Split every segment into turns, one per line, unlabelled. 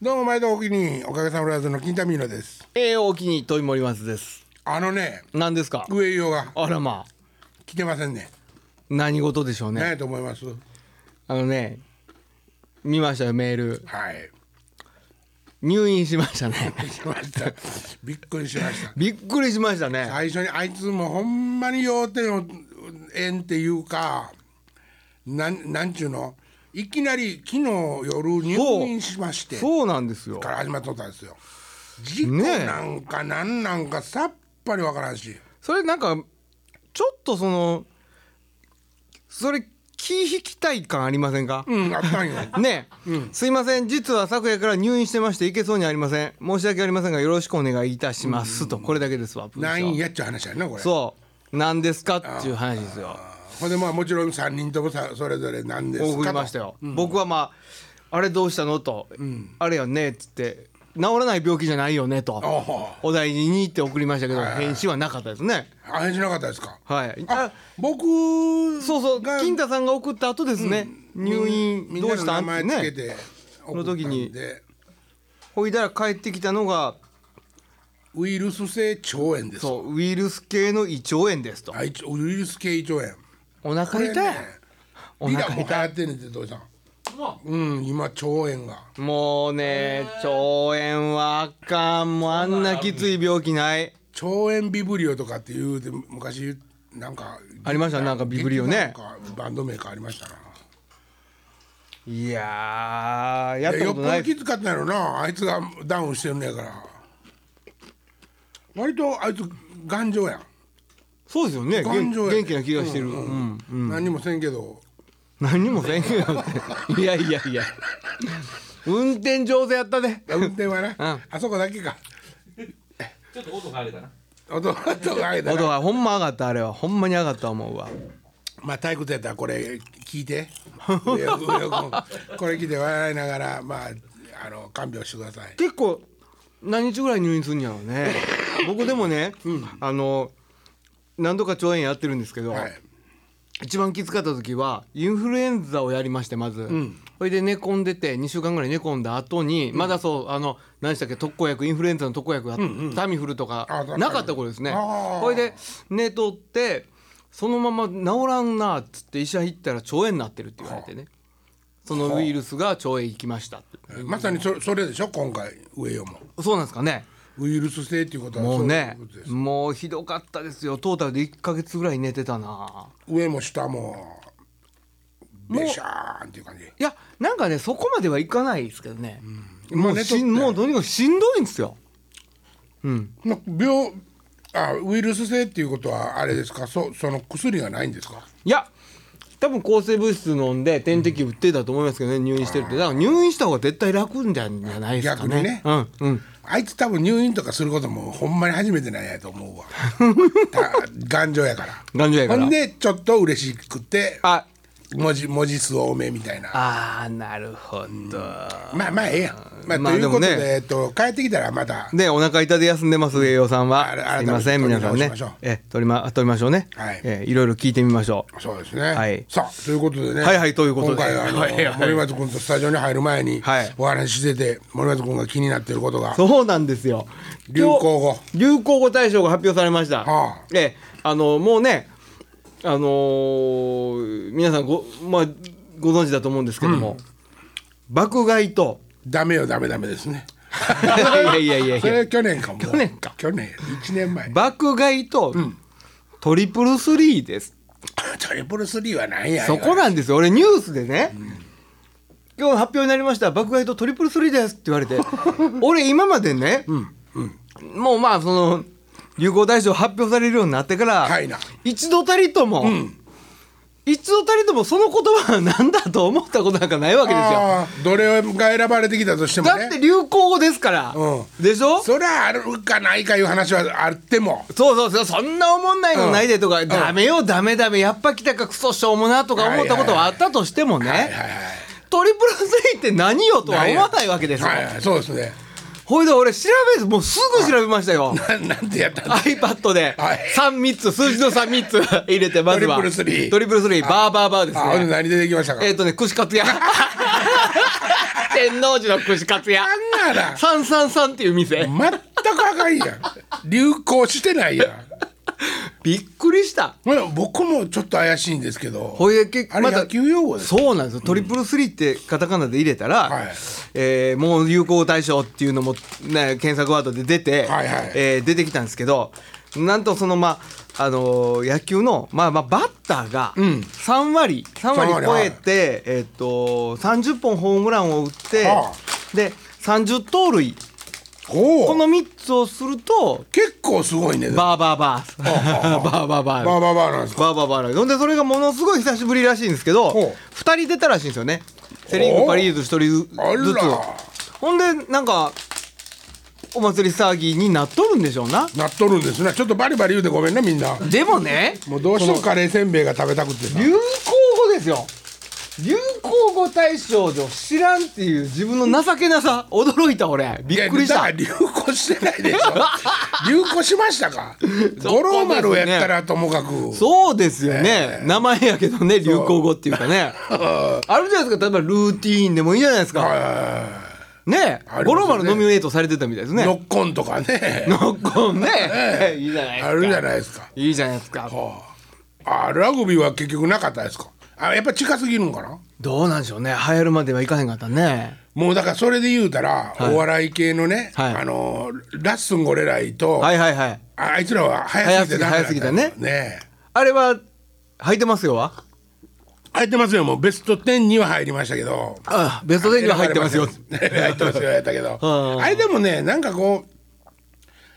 どうも毎度お気におかげさまブラザーズの金田ミーノです
ええお気に問い森松です。
あのね
何ですか。
上井が
あらまあ、
来てませんね
何事でしょう
何
ね。
やと思います
あのね、見ましたよメール。
はい
入院しました ね。
しましたびっくりしました
びっくりしましたね。
最初にあいつもほんまに要点を縁っていうかなんなんちゅうのいきなり昨日夜入院しまして
そうなんですよ
か。ら始まっとったんですよ事故
ねえ
なんかなんなんかさっぱりわからんし、
それなんかちょっとそのそれ気引きたい感ありませんか。
うんあったんよ
ねえ、すいません実は昨夜から入院してまして行けそうにありません申し訳ありませんがよろしくお願いいたします、とこれだけですわ
なんやっちゅう話やなこれ
そうなんですかっていう話ですよ
ほんでまあもちろん3人ともさそれぞれなんですかと
送りましたよ、僕はまああれどうしたのと、あれよねっつって治らない病気じゃないよねと
あ
お大事にって送りましたけど返信はなかったですね
あ返事なかったですか
はい
あ
あ
僕
そうそう
が
金太さんが送った後ですね、入
み
院
んな
どう
の
し
名
たんって
前つけ
ね
て
の時に
送ったんで
ほいだら帰ってきたのが
ウイルス性腸炎です
そうウイルス系の胃腸炎ですと
あいつウイルス系胃腸炎
お腹痛い、
こ
お
れねリラ
腹
も流
痛
行
い
ってんねんってどうしたんうん今腸炎が
もうね腸炎はあかんもうあんなきつい病気ない
腸炎ビブリオとかっていうて昔なんか
ありましたなんかビブリオね
劇団かバンド名変わりましたない
やーやっ
いや
た
よ
こ
っ
と
ぽ
ない
ど
で
き
す
つかったんやろなあいつがダウンしてんねやから割とあいつ頑丈やん
そうですよね。
頑
元
丈や
元気な気がしてる。うん
何もせんけど
何もせんけどって。いやいやいや。運転上手やったで。
運転はな、
ん
あそこだけか
ちょっと音変えれたな。
音音が上げた
音
ら
がほんま上がったあれは。ほんまに上がった思うわ。
まあ退屈やったらこれ聞い て上尾君上尾君これ聞いて笑いながらまああの看病してください
結構何日ぐらい入院するんやろうね。僕でもね、あの何度か腸炎やってるんですけど、
はい
一番きつかった時はインフルエンザをやりましてまず、それで寝込んでて2週間ぐらい寝込んだ後に、まだそうあの何でしたっけ特効薬インフルエンザの特効薬が、タミフルと
あ
か
だ
なかった頃ですね
あー
これで寝とってそのまま治らんなっつって医者行ったら腸炎になってるって言われてねそのウイルスが腸炎行きましたって
まさにそそれでしょ今回上尾も
そうなんですかね
ウイルス性っていうことは
もうね
そういうことです
もうひどかったですよトータルで1か月ぐらい寝てたな
上も下もベシャーンっていう感じ
いやなんかねそこまではいかないですけどね、
ま
も
あ
う
寝と
し
って
んもうとにかくしんどいんですよ
ま病あウイルス性っていうことはあれですかそその薬がないんですか
いや多分抗生物質飲んで点滴打ってたと思いますけどね、入院してるってだから入院した方が絶対楽んじゃないですかね
逆
うんうん
あいつ多分入院とかすることもほんまに初めてなんやと 思うわた頑丈やから
頑丈やから
ほんでちょっと嬉しくて
あ
文字文字数多めみたいな
あーなるほど、
まあまあええやん、まあ
まあ
ということで
でもね
えっと、帰ってきたらまた
でお腹痛で休んでます栄養さんは
あれ
すいません
改めて
皆さんね
取り直しましょう
え取りま取りましょうね、
はい
えいろいろ聞いてみましょう
そうですね、
はい
さあということでね
はいはいということで
今回はあの、
はいはい
森松君とスタジオに入る前に
はい
お話ししてて森松君が気になっていることが
そうなんですよ
流行語
流行語大賞が発表されました、
はあ
ええあのもうねあのー皆さんご,、まあ、ご存知だと思うんですけども、爆買い と
ダメよダメダメですね
いや いやいやい
そ
や
れ去年かも
去年か
去年1年前
爆買いと、トリプルスリーです
トリプルスリーは何や
そこなんですよ俺ニュースでね、今日発表になりました爆買いとトリプルスリーですって言わ れて俺今までね、もうまあその流行大賞発表されるようになってから、
はいな
一度たりとも、一度たりともその言葉は何だと思ったことなんかないわけですよ。
あーどれが選ばれてきたとしても
だって
ね
流行語ですから、
う
でしょそ
そりゃあるかないかいう話はあっても
うそうそうそんなおもんないのないでとか、ダメよダメダメやっぱ来たかクソしょうもなとか思ったことはあったとしてもね、
はいはいはい
トリプルスリーって何よとは思わないわけですよ。
はいはいそうですね
ほいで俺調べずもうすぐ調べましたよ。
ななんてやったんだ
iPad で
はい
三三つ数字の三三つ 入れてまずは
トリプルスリー
トリプルスリーバーバーバーです
あほんで
ね。
何出てきましたか
えっ、とね串カツ屋。天王寺の串カツ屋
あんなら
三三三っていう店
全くあかんやん流行してないやん
びっくりした
ほら僕もちょっと怪しいんですけど
ほいで結
あれ野球用語です
そうなんですよトリプルスリーってカタカナで入れたら、
はい
えーもう有効対象っていうのも、ね、検索ワードで出て、
はいはい
えー出てきたんですけどなんとそのまああのー野球の、まあ、まあバッターが3割、3割
三割
超えて、えーっと30本ホームランを打って、
は
で30盗塁
ほう
この3つをすると
結構すごいね
バーバーバー バーバーバ
バ
ー
ーバーバーなんですか
バーバーバーライほんでそれがものすごい久しぶりらしいんですけど
ほう
2人出たらしいんですよねセ・リー
お
グ
う
パ・リーグ1
あ
人ず
ら
つほんでなんかお祭り騒ぎになっとるんでしょうな
なっとるんですねちょっとバリバリ言うてごめんねみんな
でもね
もうどうしてもカレーせんべいが食べたくてさ
流行語ですよ流行語大賞で知らんっていう自分の情けなさ驚いた俺びっくりし
いやだから
た
流行してない でしょ流行しましたか五郎丸をやったらともかく
そうですよね、名前やけどね流行語っていうか ねあるじゃないですか例えばルーティーンでもいいじゃないですか
は
ね
ありますね
五郎丸ノミネートされてたみたいです
い
ね
ノッコンとかね
ノッコン
え
ね。
え
いいじゃないですか。
あるじゃ
い。
ないですか
いいじゃないですか。
あラグビーは結局なかったですかあやっぱ近すぎるんかな
どうなんでしょうね。流行るまではいかへんかったね。
もうだからそれで言うたら、
はい
お笑い系のね、
はい
あのラッスンゴレライと、
はいはいはい。
ああいつらは早すぎてダメだった
早すぎたね
ね
あれは履いてますよは。
入ってますよもうベスト10には入りましたけど
あ、ベスト10には入ってますよ。
入ってますよやったけど
うん
あれでもねなんかこう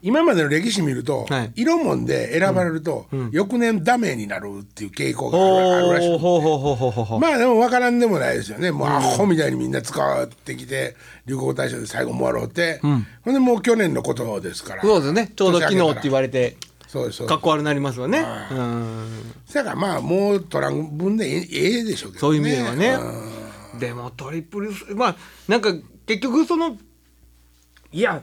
今までの歴史見ると、
はい
色もんで選ばれると、翌年ダメになるっていう傾向があるある
ほ
らしい
ーほうほうほうほうほうほう。
まあでも分からんでもないですよねもうアホみたいにみんな使ってきて流行語大賞で最後もろうって、ほんでもう去年のことですから
そうですよね。ちょうど昨日って言われて。
そうですそうで
か
す
っこ悪なりますわね。うん。
だからまあもう取らん分でええええでしょうけ
そ
ど
う
ね
いう意味ではね。でもトリプルスまあなんか結局そのいや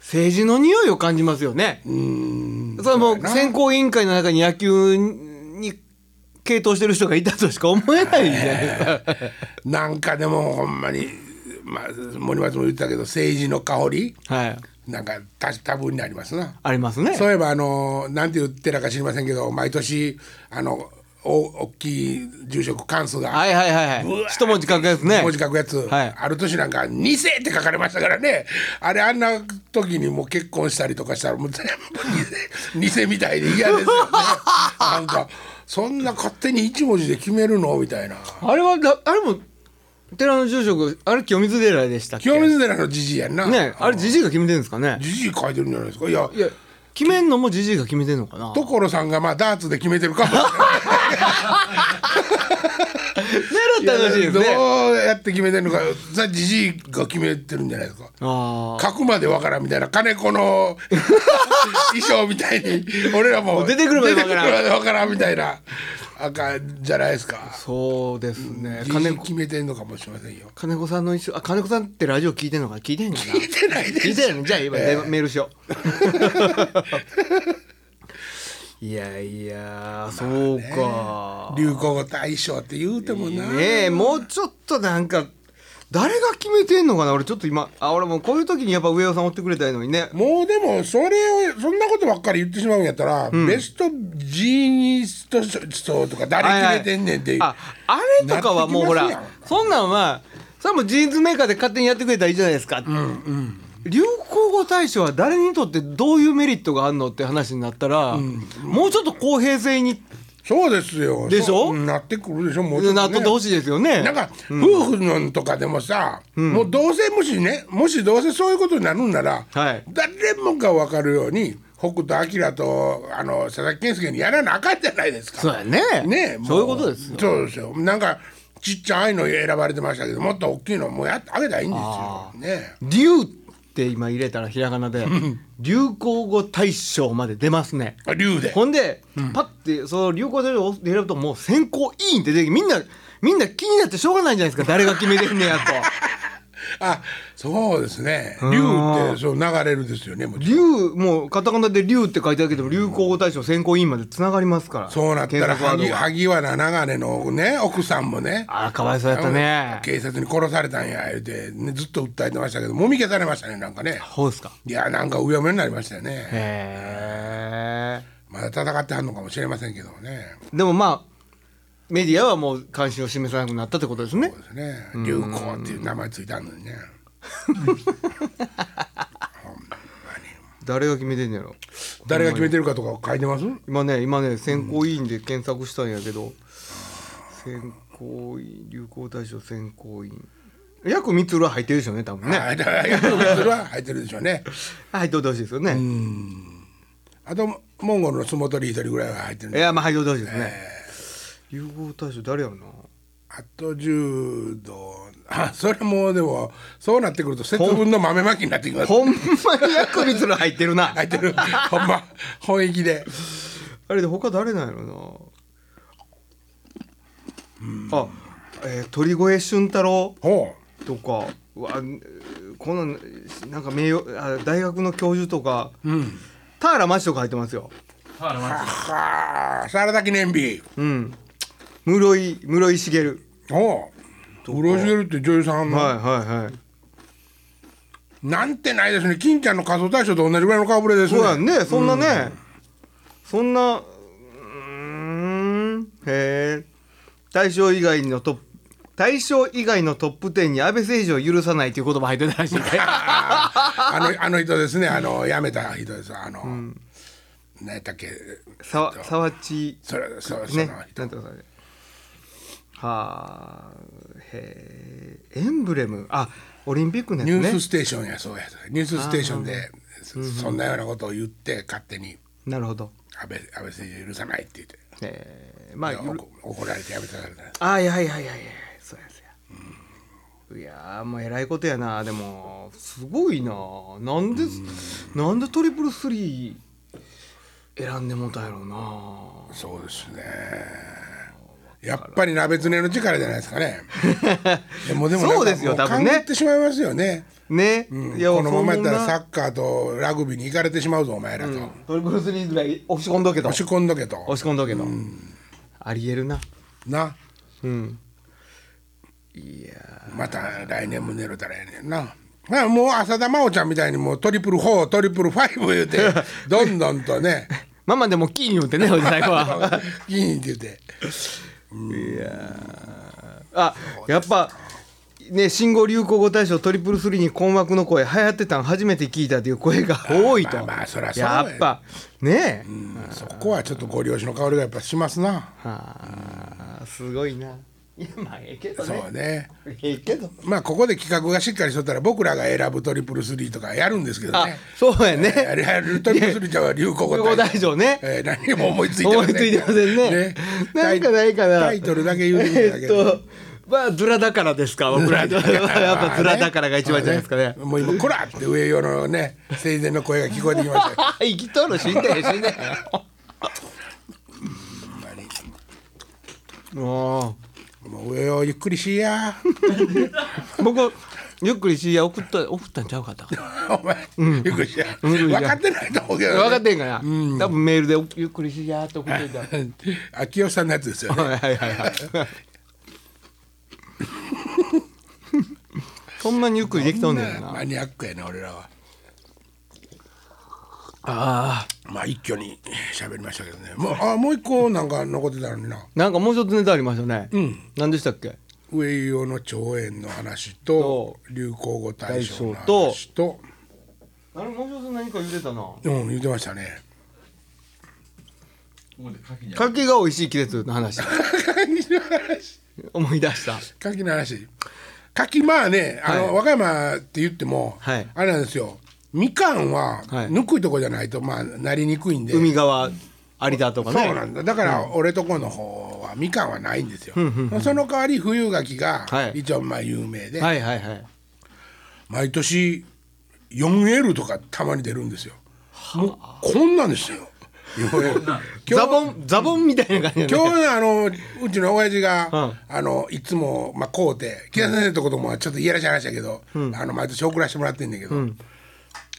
政治の匂いを感じますよね。
うん
それはも
そうや
う
な
選考委員会の中に野球に傾倒してる人がいたとしか思えないじゃないですか。
なんかでもほんまに、まあ、森松も言ってたけど政治の香り
はい、
なんかた多分になりますな。
ありますね。
そういえばあのなんて言ってらか知りませんけど毎年あのお大きい住職関数が
はいはいはいはい。一文字書くやつね。
文字書くやつ、
はい
ある年なんか「二世」って書かれましたからねあれあんな時にもう結婚したりとかしたらもう全部偽 偽みたいで嫌ですよねなんかそんな勝手に一文字で決めるのみたいな
あれはだあれも寺の住職あれ清水寺でしたっけ。
清水寺のじじいやんな
ねあれじじいが決めてるんですかね。
じじい書いてるんじゃないですかいや
いや決めんのもじじいが決めてるのかな。
所さんがまあダーツで決めてるかもしれない
ねら楽しいですね。
どうやって決めてるのかザ・ジジイが決めてるんじゃないですか
ああ
書くまでわからんみたいな金子 の衣装みたいに俺らも
出てくるまでわから
出
ん
てくるまでわからんみたいなあかんじゃないですか
そうですね。
ジジ
金
イ
子
決めてんのかもしれませんよ
金子さんの一緒あ金子さんってラジオ聞いてんのか聞いてんのかな。
聞いてないで
聞い
す
たよねじゃあ今、メールしよう いやいやそうか、
流行語大賞って言うてもな、
ねえもうちょっとなんか誰が決めてんのかな俺ちょっと今あ俺もうこういう時にやっぱ上尾さん追ってくれたらいいのにね
もうでもそれをそんなことばっかり言ってしまうんやったら、ベストジーニスト賞とか誰決めてんねんっていう、
ああれとかはもうほ
なってき
ら
ますやん
そんなんはそれはもうジーンズメーカーで勝手にやってくれたらいいじゃないですか、流行語大賞は誰にとってどういうメリットがあるのって話になったら、もうちょっと公平性に
そうですよ
でしょ
そうなってくるでしょもうちょっと
な
ね
っとってほしいですよね。
なんか、夫婦のんとかでもさ、もうどうせもしねもしどうせそういうことになるんなら、
はい
誰もが分かるように北斗晶とあの佐々木健介にやらなあかんじゃないですか。
そうやね。
ねも
そういうことですよ。
そうですよなんかちっちゃいの選ばれてましたけどもっと大きいのもやあげたらいいんですよ
あ。
ね
流って今入れたらひらがなで流行語大賞まで出ますね。
あ竜で。
ほんで、パッてその流行語大賞を選ぶとも う選考委員って出てきてみんなみんな気になってしょうがないじゃないですか誰が決めてんねやと。
あそうですね龍ってそう流れるですよねもちろん
竜もうカタカナで竜って書いてあるけど流行語大賞選考委員までつながりますから
そうなったら
検索ワード
萩
が
萩原長根のね奥さんもね
あらかわいそうやったね
警察に殺されたんや言うて、ね、ずっと訴えてましたけどもみ消されましたねなんかね
そうですか
いやなんかうやむやになりましたよね
へえ
まだ戦ってはんのかもしれませんけどもね
でもまあメディアはもう関心を示さなくなったってことですね
そうですね流行っていう名前ついたの にね
誰が決めてんのやろ
誰が決めてるかとか書いてます
今ね今ね選考委員で検索したんやけど、選考委員流行大賞選考委員約三つぐらい入ってるでしょうね多分ね
はいだからやっぱりそれは入ってるでしょうね
入っておいてほしいですよね、
あとモンゴルの相撲取り一人ぐらいは入ってるん
い
で
やまあ入っておいてほしいですね、流行大賞誰やろな
あと柔道 あそれもうでもそうなってくると節分の豆まきになってきます
ほんまに約三つぐらい入ってるな
入ってるほんま 本意気で
あれで他誰なんやろなあえー鳥越俊太郎
ほ
とかうわこのなんか名誉あ大学の教授とか、田原町とか入ってますよ
田原
う
町
はあサラダ記念日
うん室井室井茂、
ほううろしげるって女優さんの、
はいはいはい
なんてないですね金ちゃんの仮装大賞と同じぐらいの顔ぶれですね
そうやんねそんなね、そんなうーんへえ大賞以外のトップ大賞以外のトップ10に安倍政治を許さないという言葉入ってた らしいね
あのあの人ですねあの辞めた人ですあの、何やったっけ
さわ沢地
それそれその
ね
人、
なんてことだねはあへえエンブレムあオリンピックの
ニュ
や
ース
つね
ステーションやそうやニュースステーションでそそんなようなことを言って勝手に
なるほど
安倍安倍政治許さないって言って
えーまあ
いや怒怒られてやめたからね
あいやいやいやいやそうやそうや、いやーもうえらいことやなでもすごいななんで、なんでトリプルスリー選んでもうたんやろうな
そうですねやっぱり鍋つねの力じゃないですか ねいやもうでもなんか
そうですよ
もう
多分ね
勘ぐってしまいますよね、
ね、
うん
いや
このままや
そ
っ
ん
た
な
らサッカーとラグビーに行かれてしまうぞお前らと、
トリプルスリーぐらい押し込んどけど
押
押
し
し
込んどけと
込んどけど、ありえるな
な
うんいや
また来年も寝れたらええねんな。まあもう浅田真央ちゃんみたいにもうトリプル4トリプル5言う てどんどんとね
ーママでもキーン言うて ねおじさんは
銀って言って
あやっぱね新語・流行語大賞トリプルスリーに困惑の声流行ってたん初めて聞いたという声が 多いと
まあまあそりゃそうや
やっぱねえ、
そこはちょっとご両親の香りがやっぱしますな。
はあすごいないやまあええけど
そう
ね
ね。
ええけど
まあここで企画がしっかりしとったら僕らが選ぶトリプルスリーとかやるんですけど
あ
ね。
そうや
えーあ
ね
れやるトリプルスリーちゃんは流行語
流行語大賞ね
えー何も思いついて
思いついてませんねなんかないかな
タイトルだけ言うてみた
え
だけで
っとまあズラだからですか僕らやっぱズラだからが一番じゃないですかね
もう今こらって上用のね生前の声が聞こえてきましたよ
あ生きとる死んでへん死ん でへん
ほんまに
も
もう上をゆっくりしいや
う僕ゆっくりしいや送った送ったんちゃうかったかな
お前、ゆっくりしいや分かってないと思うけど、ね、
分かってんかな、多分メールでゆっくりしやーっと送っていたはい
秋吉さんのやつですよね
はいはいはいそんなにゆっくりできとんねんな
マニアックやね俺らは
あー
まあ一挙に喋りましたけどねもうあもう一個なんか残ってたのにな
なんかもう一つネタありましたね、何でしたっけ
上用の長園の話と
と
流行語大賞の
大賞と
話と
あれもう一つ何か言うてたな
うん言ってましたね
ここで牡蠣に
柿が美味しい季節の 話
柿の話
思い出した
柿の話柿まあねあの、
はい
和歌山って言っても、
はい
あれなんですよみかんは、
はい
ぬくいとこじゃないとまあなりにくいんで
海側有田とかね
そうなんだだから俺とこの方はみかんはないんですよ、その代わり冬柿が
はい
一応まあ有名で、
はいはいはい
毎 年 4L とかたまに出るんですよもうこんなんですよ
ザボンザボンみたいな感じ
今
やね
日あのうちの親父が、
うん
あのいつもまあこうて木田先生とこともはちょっといやらしい話だけど、あの毎年送らせてもらってんだけど、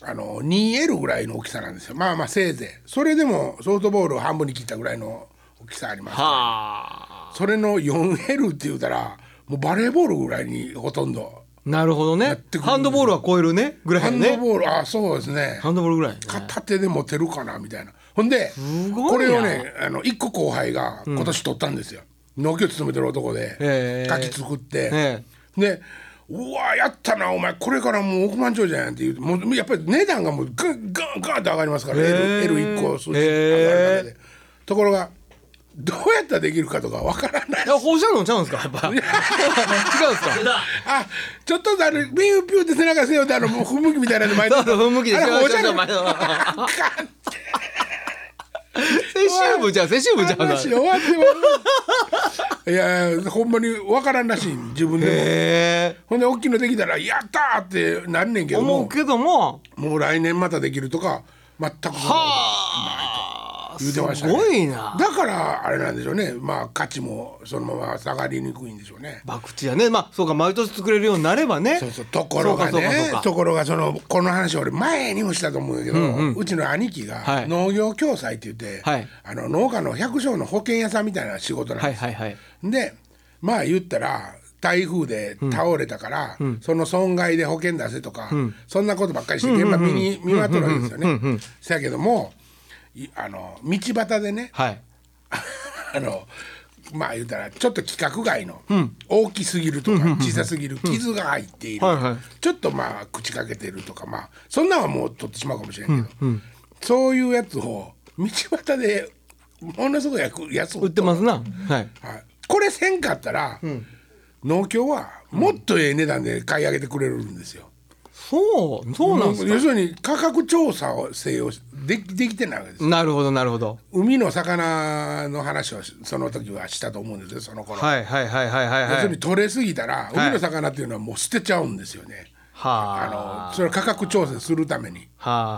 あの 2L ぐらいの大きさなんですよまあまあせいぜいそれでもソフトボールを半分に切ったぐらいの大きさあります
はあ
それの 4L って言うたらもうバレーボールぐらいにほとんど
なるほどね
ってくる
ハンドボールは超える ねぐらい
ハ
や
ンド
ね
ボールあそうですね
ハンドボールぐらい
片手で持てるかなみたいなほんです
ごいな
これをねあの一個後輩が今年取ったんですよ、農協勤めてる男
え
で
え
ガキ作って、
え
で「うわやったなお前これからもう億万長者やん」って言うもうやっぱり値段がもうガンガンガンって上がりますから、
へえ
L, L1 個数字上がるだけで、ところがどうやったらできるかとかわからない
いや放射能ちゃうんですかやっぱ違うんですか
あちょっとあのビュービューって背中背負ってあのもう不向きみたいなの前
そうそう不向きで
あれ放射能
そう そうそう
あかん
先週部じゃう先週部じゃうな
話終わってます。いやほんまにわからんらしい自分でも。
へえ
ほんで大きいのできたら「やった!」ってなんねんけど
思う
も
けども
もう来年またできるとか全くそんなこと
はあ
言う
す
てましたね
ごいな
だからあれなんでしょうねまあ価値もそのまま下がりにくいんでしょうね。
博打やねまあそうか毎年作れるようになればね
そうそうところが
そうかそうか
ね
そうか
ところがそのこの話俺前にもしたと思うんだけど、うちの兄貴
は
が
い
農業共済って言って、
はい
あの農家の百姓の保険屋さんみたいな仕事なんですよ
はいはいはい
でまあ言ったら台風で倒れたから、その損害で保険出せとか、そんなことばっかりして現場見に見回ってるわけですよね。そやけどもいあの道端でね
はい
あのまあ言ったらちょっと規格外の、大きすぎるとか小さすぎる傷が入っている、
はいはい
ちょっとまあ口かけてるとかまあそんなんはもう取ってしまうかもしれんけど、そういうやつを道端でものすごい安く安
売ってますなはい
はい、これせんかったら、農協はもっとええ値段で買い上げてくれるんですよ。
そうそうなんです
要するに価格調査をせよできできてないわけです
かなるほどなるほど
海の魚の話をしその時はしたと思うんですよその頃、
はいはいはいはいはい
要
は
するに
い
取れすぎたら、
い
海の魚っていうのはもう捨てちゃうんですよねあ
はあ
のそれは価格調整するために
はあはあはあ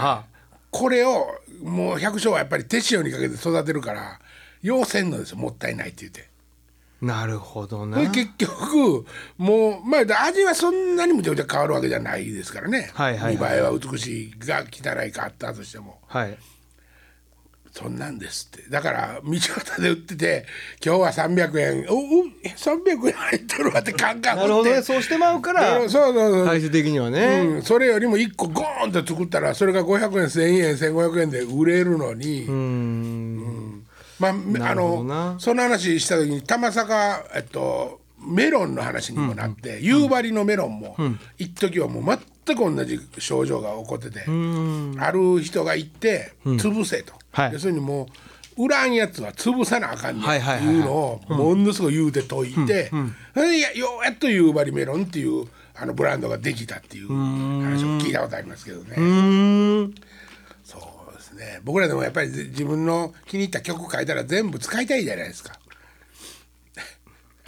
はあは
これをもう百姓はやっぱり手塩にかけて育てるから要せんのですよもったいないって言って。
あなるほどな
で結局もうまあ味はそんなにむちゃくちゃ変わるわけじゃないですからね、
はいはいはい
見栄えは美しいが汚いかあったとしても
はい
そんなんですってだから道端で売ってて今日は300円おお300円入っとるわってカンカン
なる
売
ほ
っ
ど
て
ねそうしてまうか
だかららそうそうそう、
最終的にはね
うん、それよりも1個ゴーンと作ったらそれが500円1000円1500円で売れるのに、
うん
まあ、
な
あ
るほどな
のその話した時に玉坂、えっと、メロンの話にもなって、夕張のメロンも、一時はもう全く同じ症状が起こってて、ある人が行って潰せと、
はい
要するにもう売らんやつは潰さなあかんねん
はい
って
はいはいはい
いうのをものすごい言うて解いて、それでいやようやっと夕張メロンっていうあのブランドができたっていう話を聞いたことありますけどね。
うーん
そうですね僕らでもやっぱりぜ自分の気に入った曲書いたら全部使いたいじゃないですか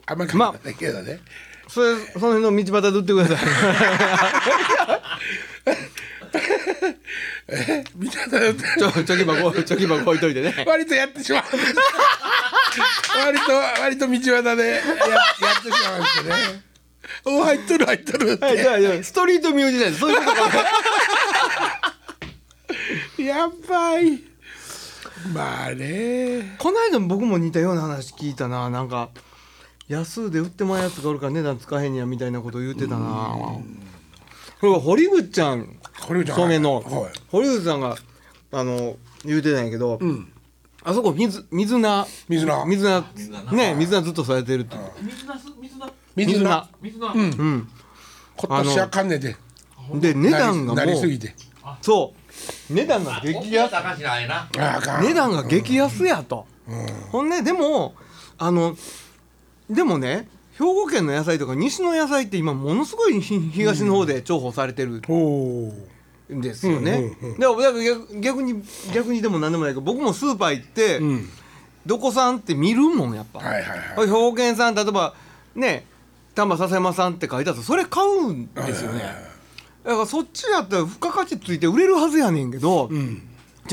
あんまり書いてませんけどね、
それその辺の道端で売ってください
えみたいなのって
ちょちょき箱ちょき箱置いといてね
割とやってしまうんです割と割と道端でややってしまうんですよねお入っとる入っとるって、
はいじゃあじゃあ ストリートミュージシャンですそういうことか
やばいまあね
この間も僕も似たような話聞いたななんか安で売ってまうやつがおるから値段つかへんやみたいなこと言ってたなこれは堀口ちゃん
堀口ちゃん
曽根の、
はい
堀口さんがあの言うてたんやけど、
ん
あそこ水水菜
水菜
水菜
菜
ね水菜ずっと育ててるって
水なす水な
水
水
菜
菜
水な
今年はかんねで
で値段がも
なりなりす
う
ぎて
そう値段が激安
高しらえな
ああかん
値段が激安やと、ほんででもあのでもね兵庫県の野菜とか西の野菜って今ものすごいひ東の方で重宝されてる
おおー
んですよね、
うんうん
でだから逆逆に逆にでも何でもないけど僕もスーパー行って、どこさんって見るもんやっぱ、
はいはいはい
これ兵庫県産例えばね丹波篠山産って書いてあるとそれ買うんですよね、だからそっちやったら付加価値ついて売れるはずやねんけど、ってい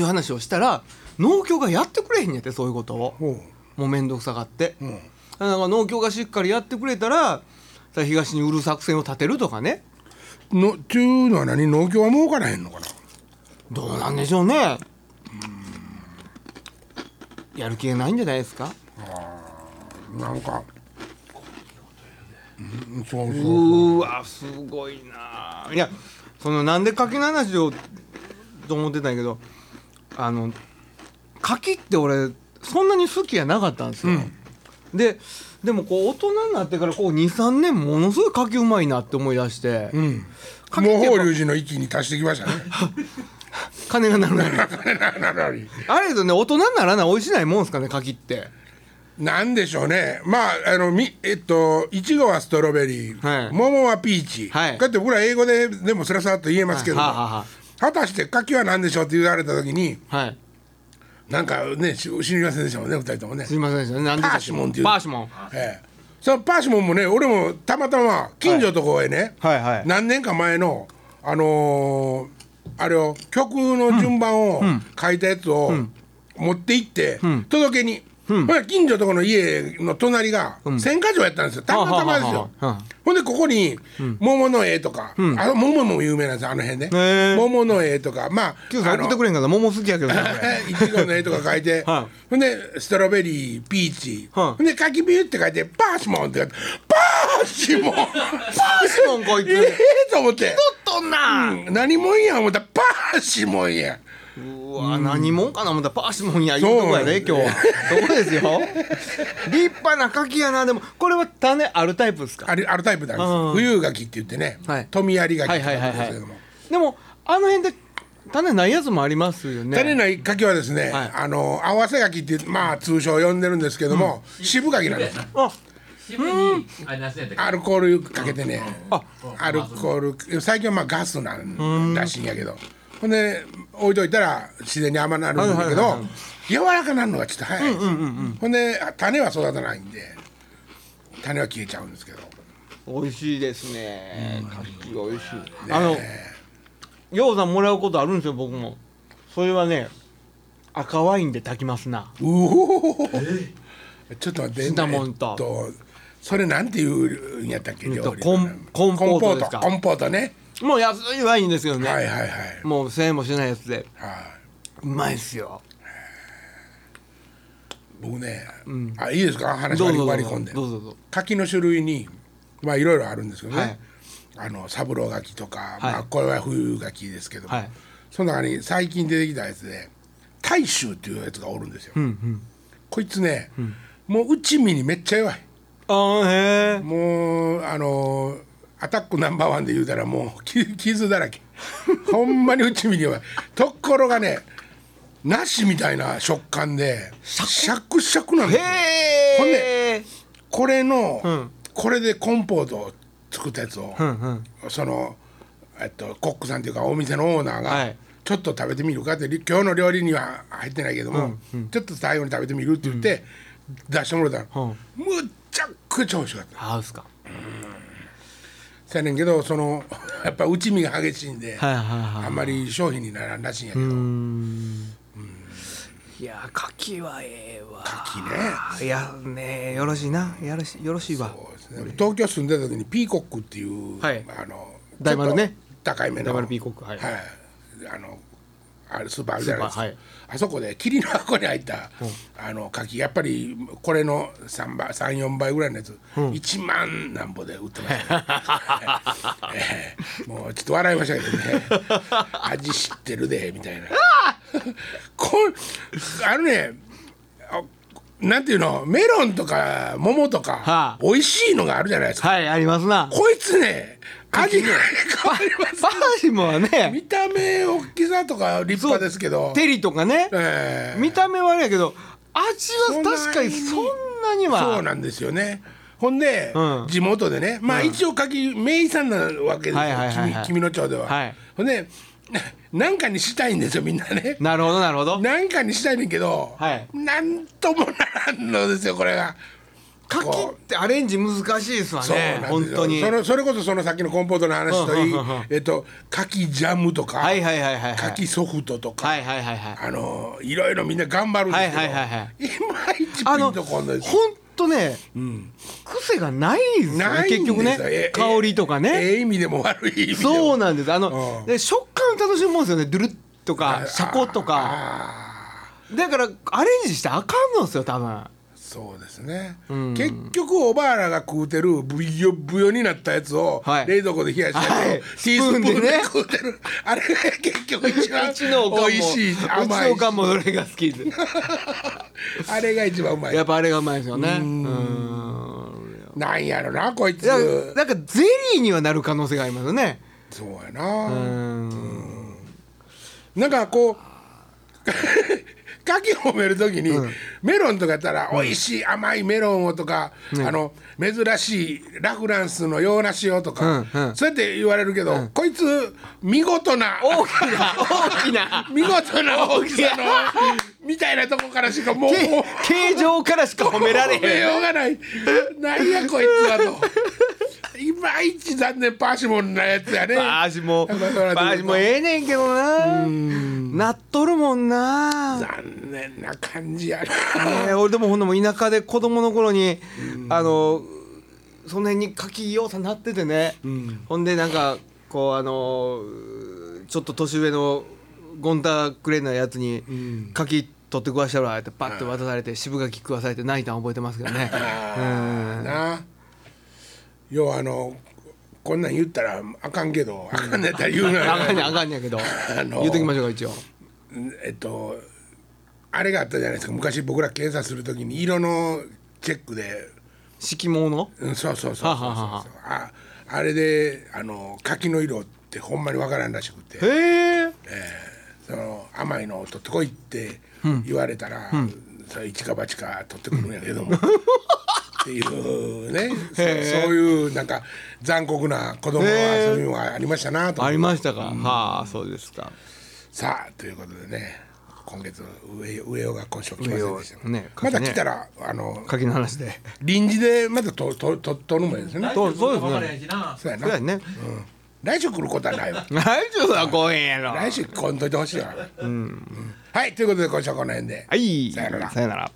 う話をしたら農協がやってくれへんやってそういうことを
ほ
もう面倒くさがって、
う、うん、
だから農協がしっかりやってくれたらさ東に売る作戦を立てるとかね
のっていうのは何農協は儲からへんのかな
どうなんでしょうねやる気がないんじゃないですか
なんか。うん、そう
う
そう。
ーわすごいないやそのなんで柿の話をと思ってたんやけどあの柿って俺そんなに好きやなかったんですよ、ででもこう大人になってからこう23年ものすごい柿うまいなって思い出して、
うん。
かけて
もう
も
法隆寺の域に達してきましたね。
金がなるなる
ななに
あれだとね大人にならない美味しないもんすかね柿って
なんでしょうね。まあ、あの、み、えっと、いちごはストロベリー、
はい
桃はピーチ。
はい
だって僕ら英語で、でもスラスラっと言えますけども、
はいはあは
果たして柿は何でしょうって言われた時に、
あはい
なんかね、し知りませんでしたもんね、二人ともね
す。いませんでしたねなんで
パーシモンっていう
パーシモン
ええ。そのパーシモンもね、俺もたまたま近所のとこへね、
はいはい
何年か前のあのーあれを曲の順番を書いたやつを持って行って届けに、ほら近所のとこの家の隣が千箇条やったんですよたまたまですよ
はあはあはあはあ
ほんでここに桃の絵とか、あの桃も有名なんですよあの辺ね、
へえ
桃の絵とかまあ
Q さ
あ
ん
の
送ってくれへんかった桃好きやけどね
いちごの絵とか書いて、
は
ほんでストロベリーピーチ、
はい
ほんで柿ビューって書いてパーシモンって書いてパーシ モンパー
シモンこいつ
ええと思って
どんな
うん何もんや思ったらパーシモンや
うわ、何もんかな思ったらパーシモンやいうとこやで今日そうですよ 立派な柿やなでもこれは種あるタイプですか
あれあるタイプなんです、
うん
冬柿って言ってね、
はい
富有柿って
はい
言
はい
うん
はい
で
は
す
い
けども、
でもあの辺で種ないやつもありますよね
種ない柿はですね、
はい
あの合わせ柿ってまあ通称呼んでるんですけども、渋柿なんです
あ
渋いあれ何歳やったっけ
アルコールかけてね、
あ
アルコール最近はまあガスなんらしいんやけどほんで置いといたら自然に甘なるんだけど、
はいはいはいは
柔らかなるのがちょっと早いんですよ、ほんで種は育たないんで種は消えちゃうんですけど
美味しいですね柿美味しいあのようさんもらうことあるんですよ僕もそれはね赤ワインで炊きますな
うおーちょっと待って
シナモンと
えっとそれなんていうんやったっけ
えっと
料理
コンコンポートですか
コンポートね
もう安いワインですけどね、
はいはいはい
もう1000円もしないやつで
はいう
まいっすよ
僕ね、あいいですか話
どう
割
ぞ
り
どう
割り
ぞ
込んで
どうぞどうぞ
柿の種類にまあいろいろあるんですけどね、
はい
あの三郎柿とか、
はい
まあ、これは冬柿ですけども、
はい
その中に最近出てきたやつで大衆っていうやつがおるんですよ、こいつね、もう内身にめっちゃ弱い
ああへえ
もうあのーアタックナンバーワンで言うたらもう き傷だら けほんまに内身に弱いところがね梨みたいな食感でシャクシャクなんですよ
へ
ほん
え
これの、
ん
これでコンポートを作ったやつを、
んうん
その、えっと、コックさんというかお店のオーナーが、
はい
ちょっと食べてみるかってり今日の料理には入ってないけども、ちょっと最後に食べてみるって言って、出してもらったの、むっちゃくちゃ美味しかった
ハウスか
せやねんけどその やっぱ内身が激しいんで、
はいはいはい
あんまり商品にならんらしいんやけど、
いやー柿はええわ
柿ね
いやねよろしいなよろしよろしいわ
そうですね東京住んでた時にピーコックっていう、
はい
あの
大丸ね
ちょっと高いめの
大丸ピーコックはい
あのあれスーパーあるじゃないですか、
スーパーはい
あそこで霧の箱に入った、あの柿やっぱりこれの3倍34倍ぐらいのやつ、1万なんぼで売ってま した、ねええもうちょっと笑いましたけどね味知ってるでみた いなこあのねあなんていうのメロンとか桃とか、
はあ
美味しいのがあるじゃないですか、
はいありますな
こいつね味がね変わります
バーシモンはね
見た目大きさとか立派ですけど、
テリとかね
ええ
見た目はあれやけど味は確かにそんなには
そうなんですよねほんで、
うん
地元でねまあ一応柿名産なわけですよ、
はいはいはいはい
君君の町では、
はい
ほんで ななんかにしたいんですよみんなね
なるほどなるほど
なんかにしたいねんけど、
はい
なんともならんのですよこれが
柿ってアレンジ難しいですわ
そう
ね
なん
本
ですよ
当に
そのそれこそそのさっきのコンポートの話といい
うんうんうんうん
えっと柿ジャムとか
はいはいはいはいはい
柿ソフトとか、
はいはいはいはい
あのいろいろみんな頑張るんですけど、、
はいはいはいはい
まいちピ
あ
ン
の
とこんないです。
本当ね癖がないんですよね
ないんですよ
結局
え
ね
え
香りとか
え
ね
え意味でも悪い意味でも
そうなんですあ
うん
ので食感を楽しむもんですよねドゥルッとかシャコとか
あ
だからアレンジしてあかんのですよ多分
ーそうですね、結局おばあらが食うてるブヨブヨになったやつを
はい
冷蔵庫で冷やしたやつを、
はい
ティースプーンで,、
スプーンでね
食うてるあれが結局一番
うちのおかんも
美味しいう
ち
甘
の
い
おかんもどれが好きで
あれが一番うまい
やっぱあれがうまいですよねうん
なんやろなこいつ
だなんかゼリーにはなる可能性がありますよね
そうやな、
うん
なんかこう 牡蠣を褒めるときに、メロンとかやったら美味しい甘いメロンをとか、あの珍しいラフランスの洋梨をとか、
うんうん
そうやって言われるけど、こいつ見事な
大きな大きな
見事な大きさのみたいなとこからしかもう
け形状からしか褒められ
褒め
へん
ようがないなんやこいつはといまいち残念パーシモンなやつやね
バージ もバ
だから
ージもええねんけどななっとるもんな
残念な感じやな
えー俺でもほんでも田舎で子供の頃にあのその辺に柿ようさなっててねほんでなんかこうあのちょっと年上のゴンタくれなやつに柿取って食わしたらってパッて渡されて渋柿食わされて泣いたん覚えてますけどねうん
な要はあのこんなん言ったらあかんけどあかんねやったら言うな
あかんねんあかんねやけど
あの
言うときましょうか一応
えっとあれがあったじゃないですか昔僕ら検査するときに色のチェックで、
色毛の
うん、そうそうそうそうそう
はははは
ああれであの柿の色ってほんまにわからんらしくて
へえ
その甘いのを取ってこいって言われたら、それ一か八か取ってくるんやけども。っていうねそそういうなんか残酷な子供の遊びもありましたなと
ありましたか、はあそうです か
さあということでね今月上上尾が今週来ませんでした
上尾ね
また
書きね
来たらあの
柿の話で
臨時でまたととと取るもんですね
そうそうですね
分からへんしな
そうや
そうや
な
ね
来週来ることはないわ
来週は来へんやろは
来週来んといてほしいわ、うんはいということで今週はこの辺で
い
さよなら
さよなら